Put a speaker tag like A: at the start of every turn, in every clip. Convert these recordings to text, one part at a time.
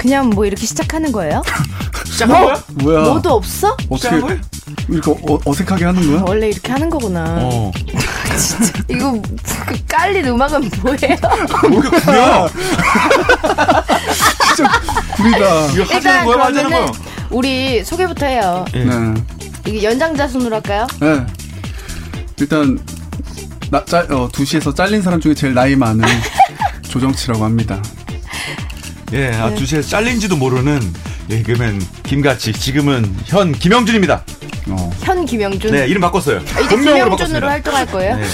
A: 기념 뭐 이렇게 시작하는 거예요?
B: 시작한
A: 뭐?
B: 거야?
C: 어? 뭐야?
A: 너도 없어?
C: 어떻게
B: 시작한 거야?
C: 이렇게 어, 어색하게 하는 거야?
A: 원래 이렇게 하는 거구나.
B: 어.
A: 이거 그 깔린 음악은 뭐예요?
C: 뭐야? 진짜 구리다.
B: 이거 하자는 어. 거야? 말자는 거야?
A: 우리 소개부터 해요.
B: 예.
C: 네.
A: 이게 연장자순으로 할까요?
C: 네. 일단 나, 짤, 어, 2시에서 잘린 사람 중에 제일 나이 많은 조정치라고 합니다.
B: 예,
A: 네.
B: 아, 주시에 잘린지도 모르는 예그맨 김가치. 지금은 현 김영준입니다.
C: 어.
A: 현 김영준.
B: 네, 이름 바꿨어요.
A: 아, 이제 김영준으로 활동할 거예요.
B: 네.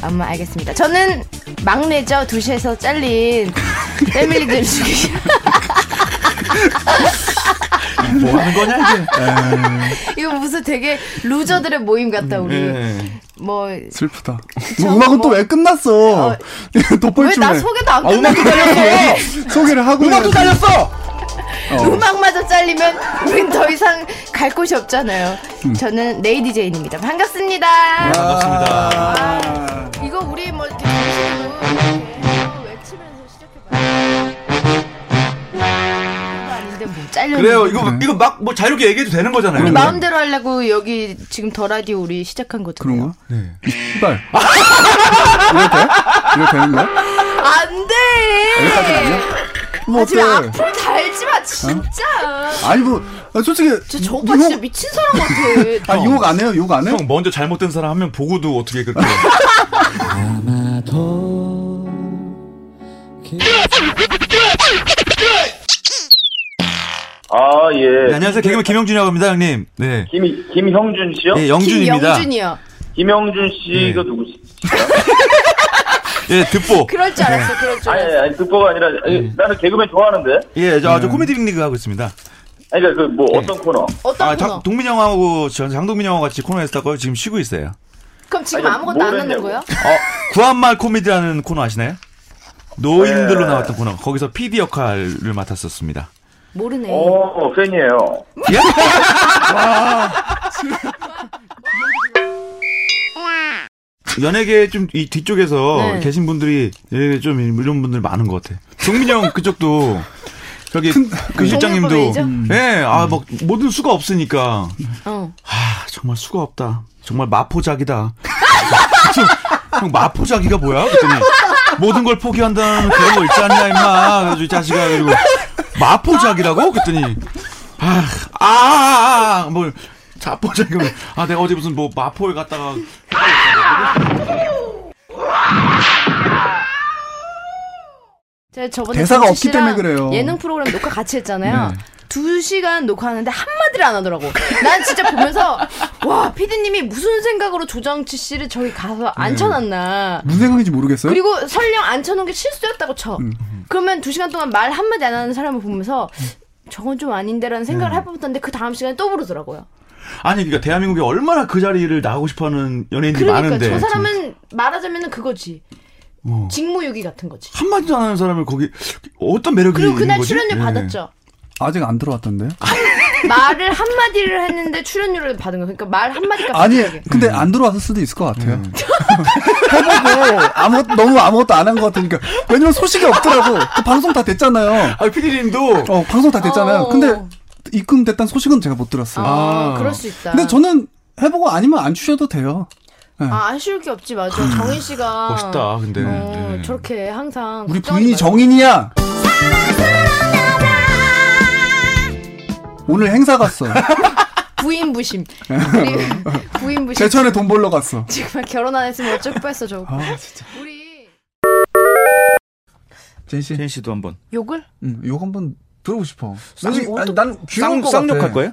A: 아마 알겠습니다. 저는 막내죠. 2시에서 잘린 패밀리들 중에
B: 뭐 하는 거냐 이제?
A: 이거 무슨 되게 루저들의 모임 같다 우리.
B: 예.
A: 뭐
C: 슬프다.
A: 그쵸,
C: 뭐 음악은
A: 뭐.
C: 또 왜 끝났어?
A: 왜 나
C: 돋보이네.
A: 소개도 안
B: 아, 음악도
A: 끝났는데
C: 소개를 하고
B: 음악도
C: 해야지.
B: 달렸어.
C: 어.
A: 음악마저 잘리면 우린 더 이상 갈 곳이 없잖아요.
B: 음.
A: 저는 레이디 제인입니다. 반갑습니다.
B: 반갑습니다.
C: 아.
A: 이거 우리 뭐 이렇게 정식으로 이렇게 외치면서 시작해봐요. 이거 아닌데 뭐 잘려.
B: 그래요. 이거 이거 막 뭐 자유롭게 얘기해도 되는 거잖아요.
C: 그럼요.
A: 마음대로 하려고 여기 지금 더 라디오 우리 시작한 거잖아요.
C: 그런가? 네. 이발. 이래 돼? 이래 되는 거야?
A: 안 돼.
C: 여기까지 아니야? 뭐
A: 아,
C: 어때?
A: 지금 앞을 달지 마 진짜.
B: 어?
C: 아니 뭐 아, 솔직히
A: 진짜 저 오빠
C: 욕-
A: 진짜 미친 사람 같아.
C: 아 욕 안 해요? 욕 안
A: 네.
C: 해요?
B: 형 먼저 잘못된 사람 한 명 보고도 어떻게 그렇게
D: 아마도
E: 아,
B: 네,
E: 예.
B: 안녕하세요 개그맨 김영준이라고 합니다 형님 네
E: 김, 김형준 씨요?
B: 예, 영준입니다
A: 김영준이요.
E: 김형준 씨가
B: 네.
E: 누구시죠?
B: 예 듣보
A: 그럴 줄 알았어. 그럴 줄 알았어.
E: 아니, 아니, 듣보가 아니라, 아니,
B: 네.
E: 나는 개그맨 좋아하는데?
B: 예저 저 코미디 빅리그 하고 있습니다
E: 아니, 그러니까 그, 뭐,
B: 네.
E: 어떤 코너?
A: 어떤
B: 아
A: 코너?
B: 장, 동민 형하고 저 장동민 형하고 같이 코너에서 했다고 지금 쉬고 있어요
A: 그럼 지금
E: 아니,
A: 아무것도 안
E: 뭘
A: 하는
E: 했냐고.
A: 거예요?
B: 어 구한말 코미디라는 코너 아시나요 노인들로
E: 네.
B: 나왔던 코너 거기서 PD 역할을 맡았었습니다
A: 모르네.
E: 어, 팬이에요.
B: 연예계 좀 이 뒤쪽에서
A: 네.
B: 계신 분들이 예, 좀 이런 분들 많은 것 같아. 동민 형 그쪽도 저기 그 실장님도
A: 동료법이죠? 음.
B: 예, 아 막 모든 수가 없으니까
A: 어.
B: 아 정말 수가 없다. 정말 마포작이다. 좀, 형 마포작이가 뭐야? 그랬더니 모든 걸 포기한다는 그런 거 있지 않냐 임마. 그래서 이 자식아 그리고 마포작이라고? 그랬더니 아, 아아아뭘 자포작이 아 내가 어제 무슨 뭐 마포에 갔다가
A: 제가 저번에
C: 대사가
A: 김치
C: 없기 때문에
A: 씨랑
C: 그래요. 네.
A: 예능 프로그램 녹화 같이 했잖아요. 두 시간 녹화하는데 한마디를 안 하더라고. 난 진짜 보면서 와 피디님이 무슨 생각으로 조정치 씨를 저기 가서
C: 네.
A: 앉혀놨나.
C: 무슨 생각인지 모르겠어요?
A: 그리고 설령 앉혀놓은 게 실수였다고 쳐.
C: 음.
A: 그러면 두 시간 동안 말 한마디 안 하는 사람을 보면서
C: 음.
A: 저건 좀
C: 네.
A: 아닌데라는 생각을 해봤던데 그 다음 시간에 또 부르더라고요.
B: 아니 그러니까 대한민국에 얼마나 그 자리를 나가고 싶어하는 연예인들이
A: 그러니까
B: 많은데
A: 저 사람은 말하자면 은 그거지.
C: 뭐.
B: 어.
A: 직무유기 같은 거지.
B: 한마디도 안 하는 사람을 거기 어떤 매력이
A: 그리고
B: 있는
A: 그날
B: 거지?
A: 출연료
B: 예.
A: 받았죠.
C: 아직 안 들어왔던데?
A: 말을 한마디를 했는데 출연료를 받은 거. 그러니까 말 한마디가
C: 아니 근데 안 들어왔을 수도 있을 것 같아요. 해보고 아무 너무 아무것도 안 한 것 같으니까 왜냐면 소식이 없더라고. 그 방송 다 됐잖아요.
B: 아 피디님도
C: 어 방송 다 됐잖아요.
A: 어.
C: 근데 입금됐다는 소식은 제가 못 들었어요.
A: 아, 그럴 수 있다.
C: 근데 저는 해보고 아니면 안 주셔도 돼요.
A: 아, 아쉬울 게 없지 맞아. 정인 씨가
B: 멋있다 근데
A: 어,
B: 네.
A: 저렇게 항상
C: 우리
A: 걱정하지
C: 부인이
A: 말고.
C: 정인이야. 오늘 행사 갔어.
A: 부인 부심. 우리 부인 부심.
C: 제천에 돈 벌러 갔어.
A: 지금 결혼 안 했으면 어쩔 뻔했어 저.
C: 아 진짜.
A: 우리
C: 제인 씨,
B: 첸 씨도 한번
A: 욕을?
C: 응, 욕 한번 들어보고 싶어.
A: 아니, 어떡-
C: 난 귀여운 거 같아.
B: 쌍욕할 거예요?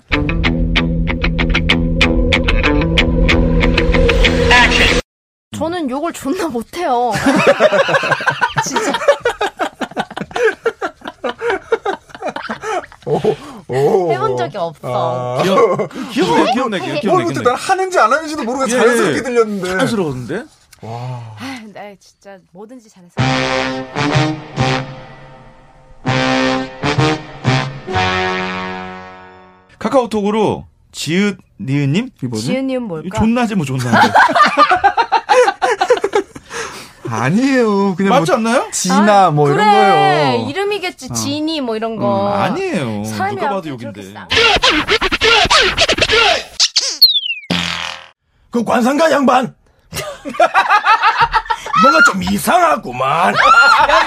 A: 저는 욕을 존나 못해요. 진짜. 해본 적이
C: 아.
A: 없어.
B: 아. 귀여 귀엽네 귀엽네 귀엽네
F: 뭘 근데 난 하는지 안 하는지도 모르고
B: 예.
F: 자연스럽게 들렸는데.
B: 자연스러운데
A: 아, 나 진짜 뭐든지 잘했어.
B: 아, 카카오톡으로 지읒 니은님
A: 지은이는 뭘까?
B: 존나지 뭐 존나
F: 아니에요. 그냥
B: 맞지
F: 뭐
B: 않나요?
F: 지나 뭐
A: 그래,
B: 뭐
F: 이런 거예요.
A: 아, 이름이겠지. 그치 지니 뭐 이런 거
B: 어. 음, 아니에요.
A: 사람이
B: 누가 봐도
A: 앞에
B: 욕인데.
A: 저렇게 싹-
B: 그 관상가 양반. 뭔가 좀 이상하구만.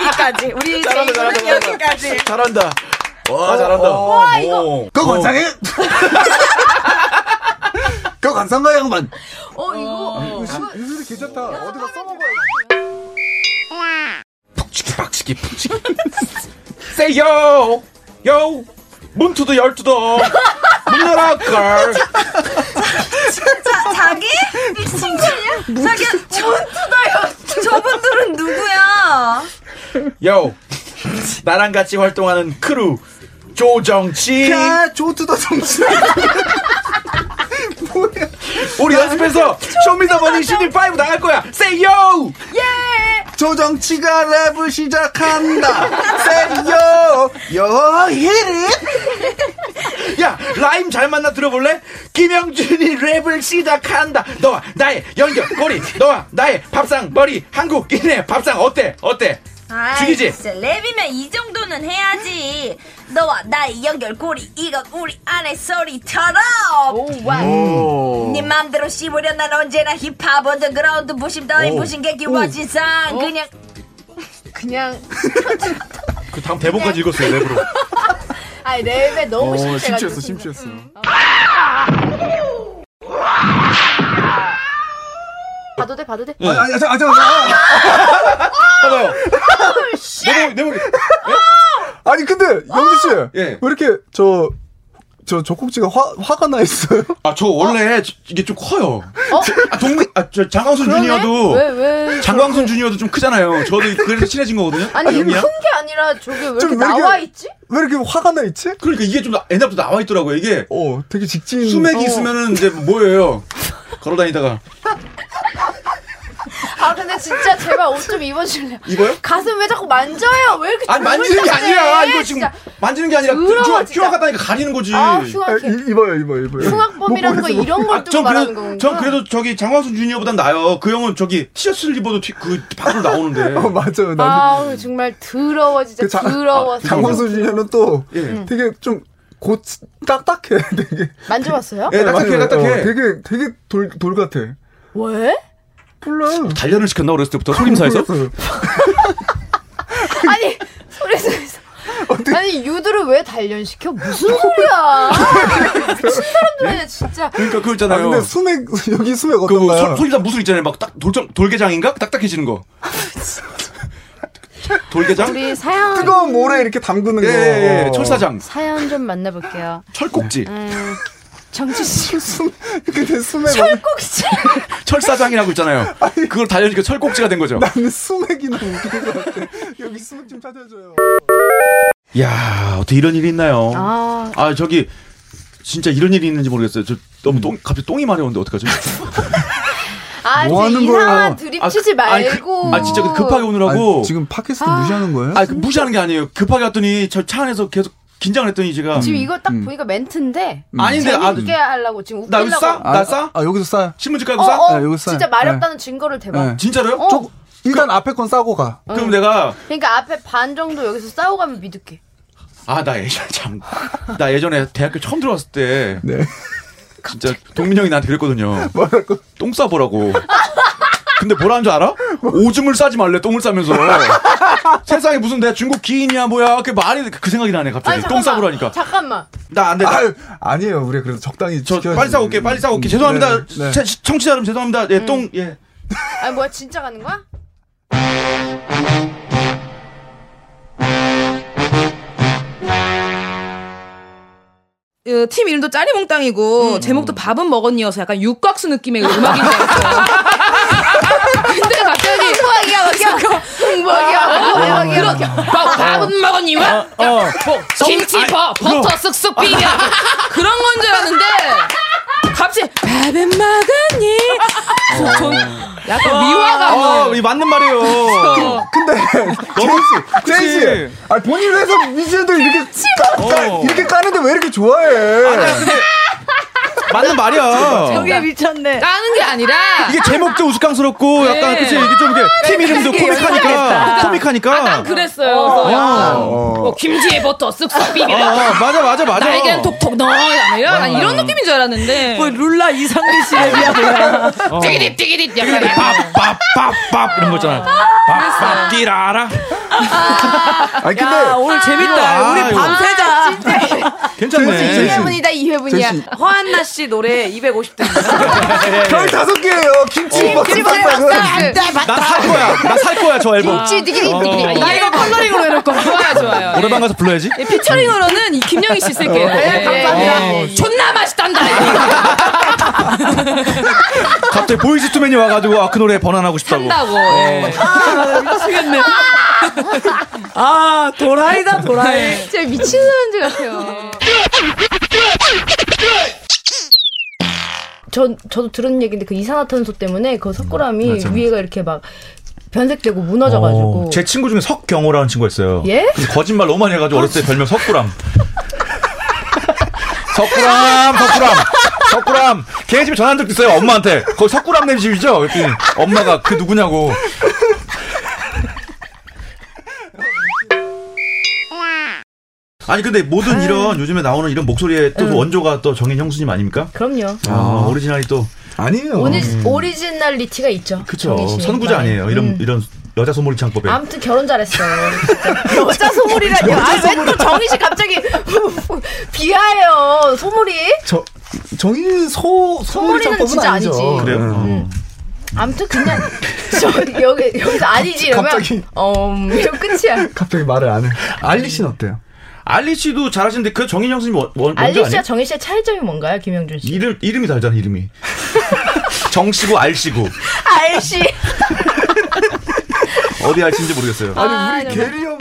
A: 여기까지 우리 제이는 여기까지
B: 잘한다. 와 잘한다.
A: 와, 이거.
C: 그 관상에 그 관상가 양반
A: 어 이거 이거
F: 유술이 괜찮다. 어디가 써먹어야
B: 푹치기 빡치기 푹치기. 세요 요 문투도 열투도 문열아 걸.
G: 자, 자기? 미친 거 아니야? 자기 전투다요. 저분들은 누구야?
B: 요 나랑 같이 활동하는 크루 조정치.
C: 야 조투더 정신 뭐야
B: 우리 연습해서 쇼미더머니 시즌 5 나갈 거야. 세요.
C: 조정치가 랩을 시작한다 세요 여히리
B: 야 라임 잘 만나 들어볼래? 김영준이 랩을 시작한다 너와 나의 연결 꼬리 너와 나의 밥상 머리 한국인의 밥상 어때 어때
G: 아이,
B: 죽이지?
G: 진짜 랩이면 이 정도는 해야지. 너와 나의 연결고리, 이건 우리 안의 소리처럼.
B: 음.
A: 오와
G: 네 맘대로 씹으려 난 언제나 힙합 언더그라운드 부심 더위 부심 개기 워진상 그냥
A: 그냥
B: 그 다음 대본까지 읽었어요 랩으로
A: 아 랩에 너무 심취해가지고
F: 심취했어, 심취했어.
A: 봐도 돼
B: 음,
A: 봐도 돼
F: 아, 아, 아, 아,
B: 봐봐요 내목이 내목이
F: 아, 아니, 근데, 영주 씨.
B: 예.
F: 왜 이렇게, 저, 저 젖꼭지가 화, 화가 나 있어요?
B: 아저 원래 저- 이게 좀 커요 아, 동네 아저 장광순 주니어도
A: 왜왜
B: 장광순 주니어도 좀 크잖아요 저도 그래서 친해진 거거든요
A: 아니 이게
B: 영희야?
A: 큰게 아니라 저게 왜
F: 좀왜
A: 이렇게
F: 이렇게-
A: 나와 있지?
F: 왜 이렇게 화가 나 있지?
B: 그러니까 이게 좀 옛날부터 나와 있더라고요 이게
F: 어, 되게
A: 음.
F: 직진.
B: 수맥이 있으면은 이제 뭐예요 걸어다니다가
A: 아 근데 진짜 제발 옷 좀 입어줄래요?
B: 입어요?
A: 가슴 왜 자꾸 만져요? 왜 이렇게
B: 아니 만지는 게
A: 조물조물해?
B: 아니라 이거 지금
A: 진짜.
B: 만지는 게 아니라
A: 더러워,
B: 휴학
A: 진짜.
B: 휴학 하다니까 가리는 거지.
A: 아
F: 아,
A: 흉악해
F: 이- 입어요, 입어요, 입어요.
A: 흉악범이라는 거 이런 걸
B: 아,
A: 두고
B: 전
A: 말하는
B: 그래도
A: 건가?
B: 전 그래도 저기 장광순 주니어보단 나요. 그 형은 저기 티셔츠를 입어도 튀- 그 밖으로 나오는데.
F: 어, 맞아요. 나도.
A: 아우 정말 더러워 진짜
F: 그 자-
B: 아,
A: 더러워
F: 장광수 씨는 또
A: 음.
B: 예.
F: 되게 좀 곧, 딱딱해, 되게.
A: 만져봤어요?
B: 예, 딱딱해,
F: 맞아요. 어,
B: 딱딱해.
F: 되게, 되게 돌, 돌 같아.
A: 왜?
F: 몰라.
B: 단련을 시켰나 어렸을 때부터 소림사에서?
A: 아니 소리 소리서 아니 유두를 왜 단련시켜? 무슨 소리야 미친 사람들이네 진짜
B: 그러니까 그거
F: 아,
B: 있잖아요.
F: 근데 수맥, 여기 수맥
B: 그 뭐,
F: 어떤가요?
B: 소- 소림사 무술 있잖아요. 막 딱 돌정 돌개장인가? 딱딱해지는 거. 돌개장?
A: 우리 사연
F: 뜨거운 모래 이렇게 담그는
B: 예,
F: 거. 어.
B: 예, 예.
C: 어.
B: 철사장.
A: 사연 좀 만나볼게요
B: 철꼭지.
C: 네.
A: 음, 정치씨
F: 수, 근데 수맥,
A: 철꼭지
B: 철사장이라고 있잖아요. 그걸 단련시켜 철꼭지가 된 거죠.
F: 근데 수맥이 너무 웃긴 것 같아. 여기 수맥 좀 찾아줘요.
B: 야 어떻게 이런 일이 있나요?
A: 아
B: 아 저기 진짜 이런 일이 있는지 모르겠어요. 저 너무 똥 갑자기 똥이 마려운데 어떡하죠?
A: 아,
F: 뭐
A: 진짜
F: 하는
A: 이상한
F: 거예요?
A: 드립치지
B: 아, 그-
A: 말고.
B: 아 진짜 그 급하게 오느라고.
C: 아니, 지금 팟캐스트 무시하는 거예요?
B: 아, 그 무시하는 게 아니에요. 급하게 왔더니 저 차 안에서 계속 긴장을 했더니 제가
A: 지금 이거 딱 보니까 멘트인데.
B: 음. 아닌데 아,
A: 재밌게 하려고 지금
B: 나
A: 웃기려고.
B: 여기 싸? 나 싸?
C: 아, 여기서 싸요
B: 신문지 깔고
A: 어,
B: 싸?
A: 어,
C: 네, 여기 싸요.
A: 진짜 마렵다는 증거를 대봐.
C: 네.
B: 진짜로요?
A: 어.
C: 저, 일단 앞에 건 싸고 가
B: 그럼 내가
A: 그러니까 앞에 반 정도 여기서 싸우고 가면 믿을게.
B: 아 나 예전 참나 예전에 대학교 처음 들어왔을 때
F: 네.
B: 진짜 동민 형이 나한테 그랬거든요. 똥 싸보라고. 근데 뭐라는 줄 알아? 오줌을 싸지 말래 똥을 싸면서 세상에 무슨 내가 중국 기인이야 뭐야 그 말이 그 생각이 나네 갑자기
A: 잠깐만.
B: 똥 싸보라니까
A: 잠깐만.
B: 나 안돼 나,
F: 아유, 아니에요. 우리 그래도 적당히
B: 저
F: 지켜야지.
B: 빨리 싸고 올게 빨리 싸고 올게 죄송합니다
F: 네, 네.
B: 시- 시- 청취자 여러분 죄송합니다 예 똥 예.
A: 아니 뭐야 진짜 가는 거야?
H: 어, 팀 이름도 짜리몽땅이고 제목도 밥은 먹었니여서 약간 육각수 느낌의 음악인 줄 알았어요. 근데 갑자기 흥부하기야
A: 아, 흥부하기야,
H: 흥부하기야 밥은 먹었니 와
B: 어,
H: 김치퍼 버터 쓱쓱 비벼 그런 건 줄 알았는데 갑자기 밥은 먹었니 그래서 전 약간 미화가
B: 아, 이 맞는 말이에요.
F: 그, 근데, 제이씨, 제이씨. 아, 본인 회사 미션도 이렇게, 까, 까,
B: 어.
F: 이렇게 까는데 왜 이렇게 좋아해?
B: 아, 맞는 말이야.
A: 저게 미쳤네.
H: 까는 게 아니라
B: 이게 제목도 우스꽝스럽고 약간
H: 네.
B: 그치 이게 좀 이게 팀 이름도
A: 이렇게
B: 코믹하니까
A: 연상했다.
B: 코믹하니까.
H: 딱 그랬어요. 그래서 약간 뭐 김치에 버터 쓱쓱
B: 어,
H: 비벼.
B: 어, 맞아 맞아 맞아.
H: 날개는 톡톡 넣어 약간 이런 느낌인 줄 알았는데
A: 룰라 이상민 씨 랩이야 뭐야.
H: 띠기딥 띠기딥 약간 약간.
B: 어. 밥밥밥밥 이런 거 있잖아. 밥밥 끼라라.
F: 아니 근데
I: 야, 오늘 재밌다.
B: 아,
I: 우리
B: 이거.
I: 밤새자.
F: 제시, 제시.
B: 괜찮네.
A: 2회분이다 2회분이야.
F: 제시.
I: 허한나 씨 노래 250대.
F: 별 다섯 개예요. 김치 버섯 쌈은
B: 난 살 거야. 나 살 거야 저 앨범.
A: 김치 띠기띠기띠기.
H: 아, 이거 컬러링으로 해놓을 거야. 좋아요 좋아요.
B: 노래방 가서 불러야지.
H: 예. 피처링으로는 이 김영희 씨 쓸게요. 예,
A: 감사합니다.
H: 예. 존나 맛있단다.
B: 갑자기 보이즈 투맨이 와가지고 아 그 노래 번안하고 싶다고.
H: 한다고. 예.
I: 아, 도라이다, 도라이.
H: 네.
A: 진짜 미친 사람들 같아요. 전 저도 들은 얘기인데 그 이산화탄소 때문에 그 석굴암이 위에가 이렇게 막 변색되고 무너져가지고
B: 어, 제 친구 중에 석경호라는 친구가 있어요.
A: 예? 아,
B: 근데 거짓말 너무 많이 해가지고 어렸을 때 별명 석구람. 석구람, 석구람, 석구람. 걔 집에 전화한 적도 있어요, 엄마한테. 거기 석구람 네 집이죠? 그랬더니 엄마가 그 누구냐고. 아니 근데 모든 이런 요즘에 나오는 이런 목소리의 또 원조가 또 정인 형수님 아닙니까?
A: 그럼요.
B: 아, 오리지널이 또
F: 아니에요.
A: 오리, 오리지널리티가 있죠.
B: 그쵸
A: 정희 씨.
B: 선구자 아니에요 이런
A: 음.
B: 이런 여자 소몰이 창법에
A: 아무튼 결혼 잘했어. 진짜. 여자 소몰이라니. 아왜또 정희 씨 갑자기 비하해요 소몰이?
F: 저 정인 소 소머리
A: 소머리는
F: 장법은
A: 진짜
F: 아니죠.
A: 아니지.
B: 그래요.
F: 음.
B: 어.
A: 아무튼 그냥 저 여기 여기서 아니지 이러면
F: 갑자기.
A: 어 이러면 끝이야.
F: 갑자기 말을 안 해. 알리 씨는 어때요?
B: 알리 씨도 잘하시는데 그 정인 형수님 원, 원, 원조
A: 알리
B: 아니에요?
A: 씨와 정희 씨의 차이점이 뭔가요, 김영준 씨?
B: 이름 이름이 다르잖아 이름이. 정씨고 알씨고
A: 알씨.
B: 어디 알씨인지 모르겠어요.
F: 아니
A: 네.
F: 우리 게리 형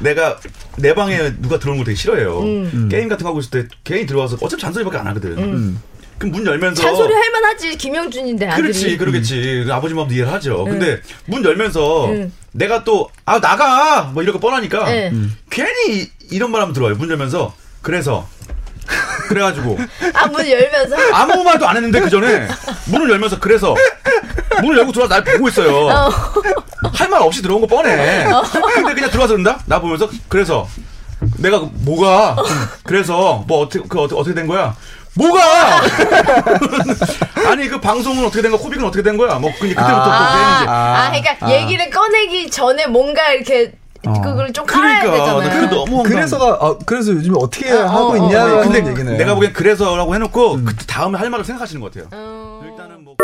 B: 내가 내 방에 누가 들어오는 걸 되게 싫어해요.
A: 음.
B: 게임 같은 거 하고 있을 때 괜히 들어와서 어차피 잔소리밖에 안 하거든. 그럼 문 열면서
A: 잔소리 할 만하지 김영준인데 아들이.
B: 그렇지 그러겠지 아버지 마음도 이해를 하죠. 근데 문 열면서
A: 응.
B: 내가 또 아 나가 뭐 이런 거 뻔하니까
A: 네.
B: 괜히 이런 말 하면 들어와요. 문 열면서 그래서 그래가지고
A: 아문 열면서
B: 아무 말도 안 했는데 그 전에 문을 열면서 그래서 문을 열고 들어와서 날 보고 있어요. 할 말 없이 들어온 거 뻔해. 근데 그냥 들어와서 그런다? 나 보면서 그래서 내가 그 뭐가 그래서 뭐 어떻게 그 어떻게, 어떻게 된 거야? 뭐가 아니 그 방송은 어떻게 된 거야? 코빅은 어떻게 된 거야? 뭐 그니 그때부터 또
A: 아,
B: 그랬는지.
A: 아, 어. 그러니까 얘기를 꺼내기 전에 뭔가 이렇게 그걸 좀 깔아야
B: 그러니까 나 그게
A: 되잖아요.
B: 너무 황당해.
F: 그래서가 아, 그래서 요즘 에 어떻게 하고
A: 어,
F: 있냐
B: 근데
F: 근데 얘기네.
B: 내가 보기엔 그래서라고 해놓고 그때 다음에 할 말을 생각하시는 것 같아요.
A: 어.
B: 일단은 뭐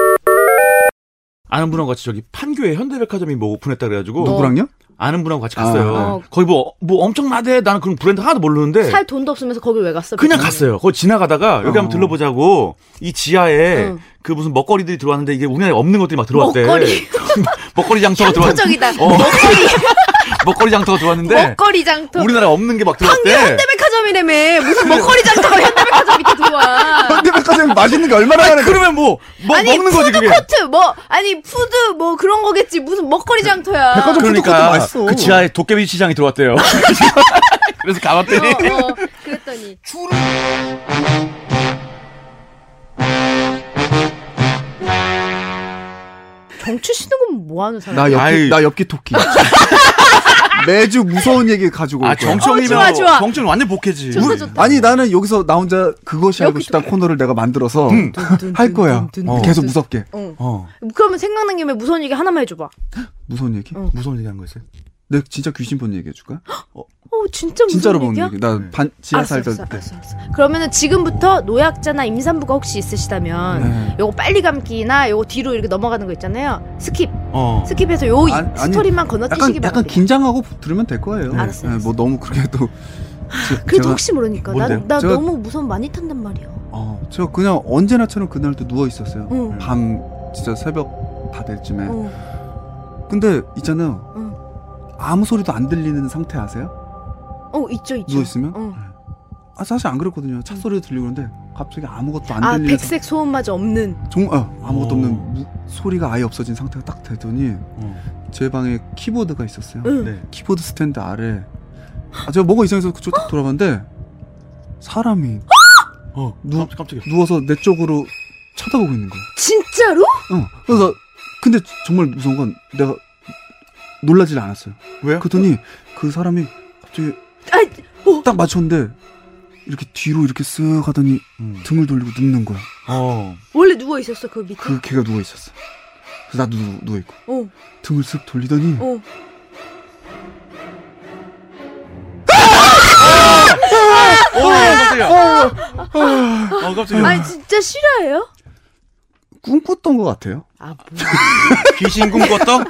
B: 아는 분하고 같이 저기 판교에 현대백화점이 뭐 오픈했다 그래가지고
A: 네.
C: 누구랑요?
B: 아는 분하고 같이 갔어요.
A: 아, 어.
B: 거기 뭐, 뭐 엄청 나대. 나는 그런 브랜드 하나도 모르는데.
A: 네. 살 돈도 어. 없으면서 거길 왜 갔어?
B: 그냥
A: 그치?
B: 갔어요. 거기 지나가다가 여기 한번 들러보자고 이 지하에
A: 응.
B: 그 무슨 먹거리들이 들어왔는데 이게 우리나라에 없는 것들이 막 들어왔대.
A: 어. 먹거리.
B: 먹거리 장터가 들어왔는데.
A: 향토적이다.
B: 어. 먹거리 장터가
A: 네.
B: 들어왔는데.
A: 먹거리 장터.
B: 네. 우리나라에 없는 게 막
A: 한개
B: 들어왔대.
A: 현대백화점이라며 무슨 먹거리 장터가 현대백화점 밑에
C: 아,
A: 들어와.
F: 현대백화점 맛있는 게 얼마나 많은데
B: 그러면 뭐, 뭐
A: 아니
B: 먹는 거지 그게.
A: 푸드코트 뭐 아니 푸드 뭐 그런 거겠지 무슨 먹거리 장터야.
F: 백화점 푸드코트
B: 그러니까
F: 맛있어.
B: 그 지하에 도깨비 시장이 들어왔대요. 그래서 가봤더니
A: 어, 어, 그랬더니 경추 쉬는 건 뭐 하는 사람?
C: 나
B: 아이.
C: 엽기 나 엽기 토끼. 매주 무서운 얘기 가지고 올
B: 아
C: 거야.
B: 정청이면
A: 어, 좋아, 좋아.
B: 정청 완전 복해지.
A: 좋다 좋다.
C: 아니 나는 여기서 나 혼자 그것이 알고 싶다 코너를 내가 만들어서
B: 음.
C: 할 거야. 어. 계속 무섭게. 어.
A: 그러면 생각난 김에 무서운 얘기 하나만 해줘봐.
C: 무서운 얘기?
A: 어.
B: 무서운 얘기한 거였어요?
C: 내가 진짜 귀신 본 얘기 해줄까?
A: 어 진짜 무서운
C: 진짜로 본
A: 얘기야?
C: 얘기. 나 반, 지하
A: 알았어,
C: 살던
A: 알았어,
C: 때.
A: 알았어, 알았어. 그러면은 지금부터 노약자나 임산부가 혹시
C: 네.
A: 있으시다면 요거 빨리 감기나 요거 뒤로 이렇게 넘어가는 거 있잖아요. 스킵
B: 어.
A: 스킵해서 요 이-
C: 아니, 아니,
A: 스토리만
C: 약간
A: 건너뛰시기
C: 약간
A: 바랍니다.
C: 긴장하고 들으면 될 거예요.
A: 네. 알았어요,
C: 네, 뭐 너무 그렇게 또 제-
A: 그래도
C: 제가-
A: 혹시 모르니까 나
B: 뭔데요?
A: 나
C: 제가-
A: 너무 무서움 많이 탄단 말이야.
C: 어, 저 그냥 언제나처럼 그날도 누워 있었어요.
A: 응.
C: 밤 진짜 새벽 다 될쯤에.
A: 어.
C: 근데 있잖아요.
A: 응.
C: 아무 소리도 안 들리는 상태 아세요?
A: 어 있죠 있죠.
C: 누워 있으면?
A: 어.
C: 아, 사실 안 그랬거든요. 차 소리도 들리고 그런데 갑자기 아무것도 안
A: 아
C: 들리는
A: 백색 소음마저 없는.
C: 상- 종, 어, 아무것도
B: 어.
C: 없는 무- 소리가 아예 없어진 상태가 딱 되더니 제 방에 키보드가 있었어요.
A: 응.
B: 네.
C: 키보드 스탠드 아래
J: 아, 제가 뭐가 이상해서 그쪽
A: 어?
J: 돌아봤는데 사람이
K: 어,
J: 누-
K: 깜- 깜짝이야.
J: 누워서 내 쪽으로 쳐다보고 있는 거야.
A: 진짜로?
J: 어. 그래서 근데 정말 무서운 건 내가 놀라질 않았어요.
K: 왜요?
J: 그랬더니 그 사람이 갑자기
A: 아, 어.
J: 딱 맞췄는데 이렇게 뒤로 이렇게 쓱 하더니
K: 음.
J: 등을 돌리고 눕는 거야.
K: 어.
A: 원래 누워 있었어 그 밑에.
J: 그 걔가 누워 있었어. 그래서 나도 누, 누워 있고
A: 어.
J: 등을 쓱 돌리더니
A: 어.
K: 어, 깜짝이야. 어, 깜짝이야.
A: 아니 진짜 실화예요?
J: 꿈꿨던 것 같아요.
A: 아 뭐.
K: 귀신 꿈꿨다?
J: 어나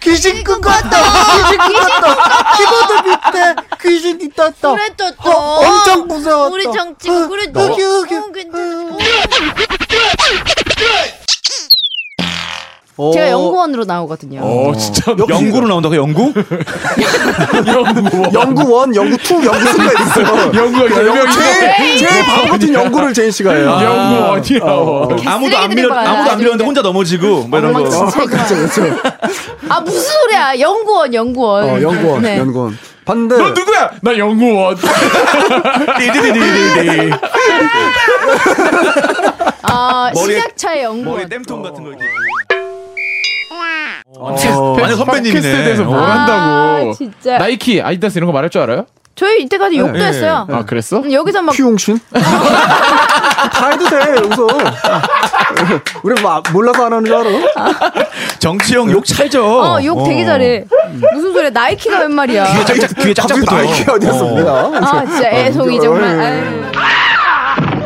J: 귀신 꿈꿨다. 귀신 꿈꿨다. 키보드 밑에 귀신이 떴다.
A: 그래 또 또.
J: 어, 엄청 무서웠다.
A: 우리 정치 그래 또.
J: 여기, 여기.
A: 어, 근데- 어. 제가 연구원으로 나오거든요.
B: 어, 진짜 영구로 나온다고 영구?
C: 연구 원, 연구 투, 연구 쓰가 있어요. 그러니까
B: 영구가 네.
C: 제일 제일 바보진 연구를 제인 씨가 해요.
B: 어디야? 아무도 안 밀어
A: 쓰레기들이 봐요,
B: 아무도 안
A: 나중에.
B: 밀었는데 혼자 넘어지고 뭐 이런
A: 엉망진창.
B: 거.
C: 어, 그렇죠,
B: 네.
C: 그렇죠.
A: 아 무슨 소리야? 연구원 연구원.
C: 어, 연구원,
A: 네.
C: 연구원. 반대.
B: 누구야? 나 영구원. 디디디디디디.
A: 아
B: 머리에-
A: 시작차의 연구원.
B: 머리 땜통 같은 거 이렇게.
C: 어,
H: 완전
B: 선배님이네. 어.
H: 팟캐스트에서 뭘
A: 아,
H: 한다고.
A: 진짜.
H: 나이키, 아디다스 이런 거 말할 줄 알아요?
A: 저희 이때까지 욕도
K: 예,
A: 했어요.
H: 아, 그랬어?
A: 음, 여기서 막
C: 퓨용신? 다 해도 돼, 웃어. 우리 마, 몰라서 안 하는 줄 알아?
B: 정치형 욕 찰죠.
A: 어, 욕 되게 잘해.
C: 음.
A: 무슨 소리야? 나이키가 웬 말이야?
B: 귀에 짝짝 귀에 짝짝
C: 갑자기
B: 붙어.
C: 나이키 어디였습니다. 예,
A: 아, 진짜 애송이 정말. 아유.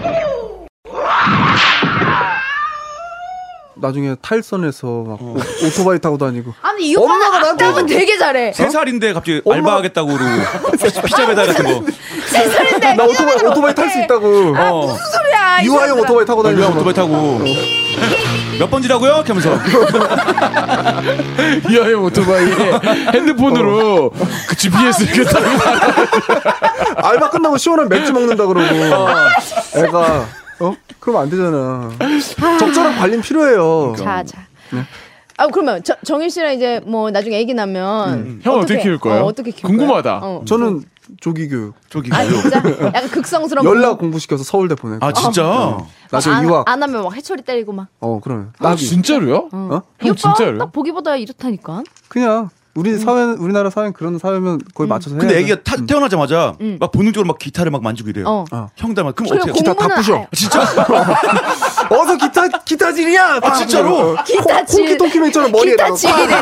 J: 나중에 탈선에서 막 오- 오토바이 타고 다니고
A: 아니, 이 오빠가 악담은 되게 잘해.
B: 세 살인데 갑자기 알바하겠다고 그러고 피- 피자 배달 같은 거.
A: 세 살인데.
C: 나 오토바이,
A: 피아노를
C: 오토바이 탈 수
A: 어떡해.
C: 있다고.
A: 아, 무슨 소리야? 이
C: 유아용
A: 사람들아.
C: 오토바이 타고 다니고.
B: 유아 오토바이 타고 몇 번지라고요? 이렇게 하면서
H: 이하의 오토바이에 핸드폰으로 그 GPS 이렇게 타고.
C: 알바 끝나고 시원한 맥주 먹는다 그러고.
B: 어.
C: 애가, 어? 그러면 안 되잖아. 적절한 관리 필요해요.
B: 그러니까.
A: 자, 자.
C: 네.
A: 아, 그러면 저, 정일 씨랑 이제 뭐 나중에 애기
C: 음,
A: 나면.
H: 형 어떻게 키울 거예요?
A: 어, 어떻게 키울
H: 궁금하다.
A: 거예요? 어.
C: 저는 조기교육.
B: 저기
A: 아, 진짜? 약간 극성스러운.
C: 연락 공부시켜서 서울대 보내고.
B: 아 진짜?
C: 나중에
A: 안,
C: 유학.
A: 안 하면 막 해초리 때리고 막.
C: 어, 그러면.
H: 아,
C: 나기.
H: 진짜로요?
C: 어?
A: 이
H: 형
A: 오빠
H: 진짜로요?
A: 딱 보기보다 이렇다니까.
C: 그냥 우리 사회 우리나라 사회는 그런 사회면 거의 맞춰서
B: 음. 근데
C: 해야죠.
B: 애기가 타- 태어나자마자
A: 음.
B: 막 본능적으로 막 기타를 막 만지고 이래요.
A: 어.
B: 형 닮아. 그럼
A: 그리고
B: 어떻게
A: 공부는
C: 다 부셔.
A: 알아요. 예.
B: 진짜?
C: 어서 기타 기타질이야. 어.
B: 아 진짜로?
A: 기타 질.
C: 콩키통키맨 처럼 머리에
A: 기타
C: 나가.
A: 질이래.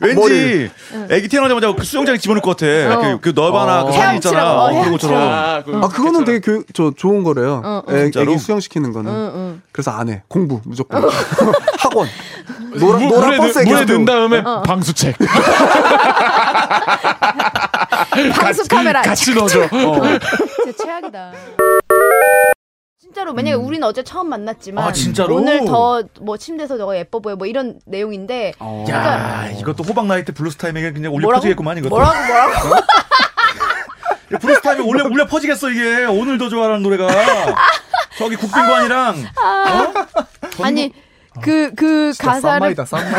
B: 왠지
C: 머리를.
B: 애기 태어나자마자 그 수영장에 집어넣을 것 같아.
A: 어.
B: 그, 그 넓아나 그 산이 있잖아.
A: 헤엄치라고,
B: 어,
A: 어,
B: 그런 것처럼.
H: 아, 그,
C: 아 그거는 되게 교육, 저 좋은 거래요.
A: 어, 어.
C: 애,
B: 진짜로?
C: 애기 수영 시키는 거는.
A: 응, 응.
C: 그래서 안 해. 공부 무조건. 학원. 노라
H: 물-
C: 노라
H: 물에
C: 버스에
H: 넣- 물에
C: 계속 태우고.
H: 넣은 다음에
A: 어,
H: 방수책
A: 방수 카메라.
H: 같이 넣어줘.
A: 진짜 최악이다. 진짜로 만약에 우리는 어제 처음 만났지만
B: 아, 진짜로?
A: 오늘 더 뭐 침대에서 너가 예뻐 보여 뭐 이런 내용인데
B: 야, 이것도 호박 나이트 블루스 타임에 그냥 올려
A: 어. 뭐라고?
B: 퍼지겠구만 이것도.
A: 뭐라고 뭐라고
B: 야, 블루스 타임에 올려 올려 퍼지겠어 이게. 오늘 더 좋아라는 노래가. 저기 국빈관이랑
A: 아니 그 그
C: 진짜
A: 가사를
C: 쌈마이다 쌈마이.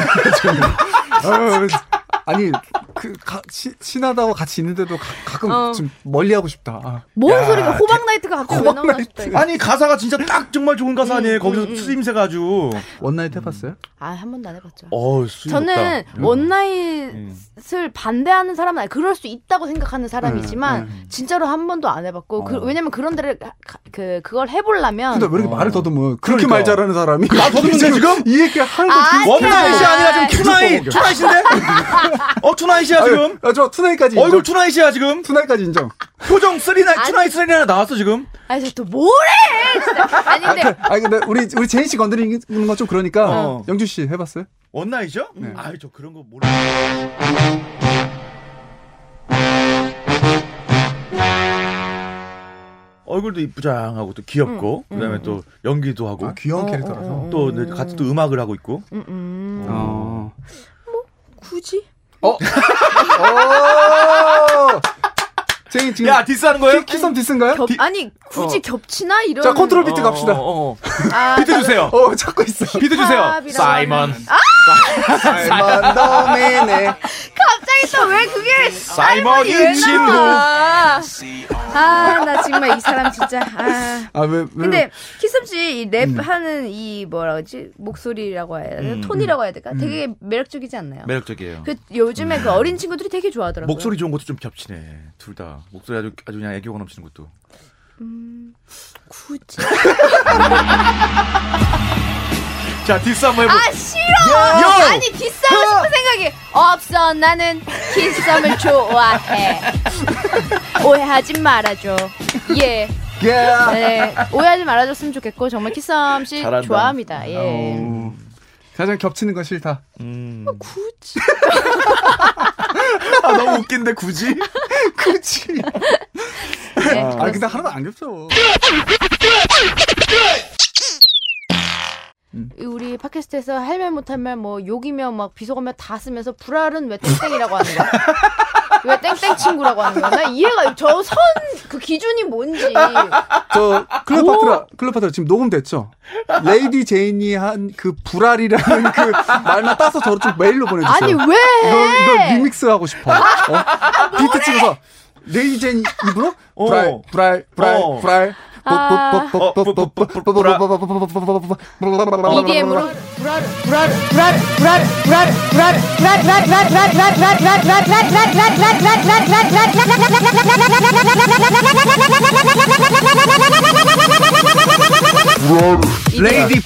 C: 아, 아니 그 가, 시, 친하다고 같이 있는데도 가, 가끔
A: 어.
C: 좀 멀리하고 싶다. 아.
A: 뭔 소리가 호박 나이트가 갖고 왜 나오나 싶다 이거.
B: 아니 가사가 진짜 딱 정말 좋은
A: 음,
B: 가사 아니에요. 거기서 쓰임새가 아주.
C: 원나잇 해봤어요?
A: 아한 번도 안 해봤죠.
B: 어, 쓰임
A: 저는 원나잇을 반대하는 사람은 아니 그럴 수 있다고 생각하는 사람이지만 진짜로 한 번도 안 해봤고 그, 왜냐면 그런 데를 가- 그 그걸 해보려면
C: 근데 왜 이렇게 말을 더듬어? 그렇게
B: 그러니까.
C: 말 잘하는 사람이. 나
B: 더듬는데, 지금?
C: 이 얘기 하는 거
A: 아,
C: 듣고
B: 원나잇이 아니라 지금 투나잇.
C: 계속
B: 투나잇인데? 어, 투나잇이야 지금.
C: 아, 저 투나잇까지 인정.
B: 얼굴 투나잇이야 지금.
C: 투나잇까지 인정.
B: 표정 쓰리나 투나잇 쓰리나 나왔어 지금.
A: 아니 저또 뭐래 진짜. 아니 근데
C: 아 근데 우리 우리 제인 씨 건드리는 건 좀 그러니까
B: 어.
C: 영주 씨 해봤어요?
B: 원나잇이죠?
C: 네.
B: 아유 저 그런 거 모르. 얼굴도 이쁘장하고 또 귀엽고 그다음에 또 연기도 하고
C: 아, 귀여운 캐릭터라서.
B: 또 이제 같이 또 음악을 하고 있고
A: 음, 음.
C: 어.
A: 굳이
C: 어.
F: 쟁이 지금
B: 야, 디스하는 거예요?
F: 키, 키썸 디스인가요?
A: 겹, 아니 음. 굳이 겹치나 이런. 어.
F: 자 컨트롤 비트 갑시다.
A: 아,
B: 비트 주세요.
F: 어 찾고 있어.
B: 어. 비트 주세요.
A: 힙합이라고
B: 사이먼.
F: 알만 더맨의
A: 갑자기 또 왜 그게
B: 사이먼이
A: 왜 나와?
B: 친구.
A: 아, 나 정말 이 사람 진짜. 아.
F: 아왜
B: 음.
F: 왜?
A: 근데 키썸 씨 랩하는 이 뭐라 그러지 목소리라고 해야 되나 톤이라고 해야 될까? 되게 매력적이지 않나요?
B: 음, 매력적이에요. 음.
A: 그 요즘에 그 어린 친구들이 되게 좋아하더라고요.
B: 목소리 좋은 것도 좀 겹치네. 둘 다. 목소리 아주 아주 그냥 애교가 넘치는 것도.
A: 굳이.
B: 자, 디스 한번 해보.
A: 아 싫어. 아니 디스하고 싶은 생각이 없어. 나는 키썸을 좋아해. 오해하지 말아줘. 예. 네, 오해하지 말아줬으면 좋겠고 정말 키썸 씨
B: 잘한다. 어.
A: 좋아합니다. 예.
F: 가장 겹치는 건 싫다.
B: 음.
A: 굳이.
B: 아, 너무 웃긴데 굳이?
F: 그렇지.
A: 네,
F: 아 근데 하나도 안 겹쳐.
A: 우리 팟캐스트에서 할 말 못할 말 뭐 욕이며 막 비속어며 다 쓰면서 불알은 왜 땡땡이라고 하는 거야? 왜 땡땡 친구라고 하는 거야? 나 이해가 저 선 그 기준이 뭔지.
F: 저 클레오파트라 클레오파트라 지금 녹음됐죠? 레이디 제인이 한 그 불알이라는 그 말만 따서 저를 좀 메일로 보내주세요.
A: 아니 왜?
F: 이거 이거 리믹스 하고 싶어. 어? 비트 찍어서 레이디 제인 입으로
B: 어.
F: 불알 불알
B: 어.
F: 불알 불알
A: 아.
F: 이게임으로
A: EDM으로 불알 불알 불알 불알 불알 불알 불알 불알 불알 불알 불알 불알 불알 불알 불알 불알 불알 불알 불알 불알 불알 불알
F: 레이디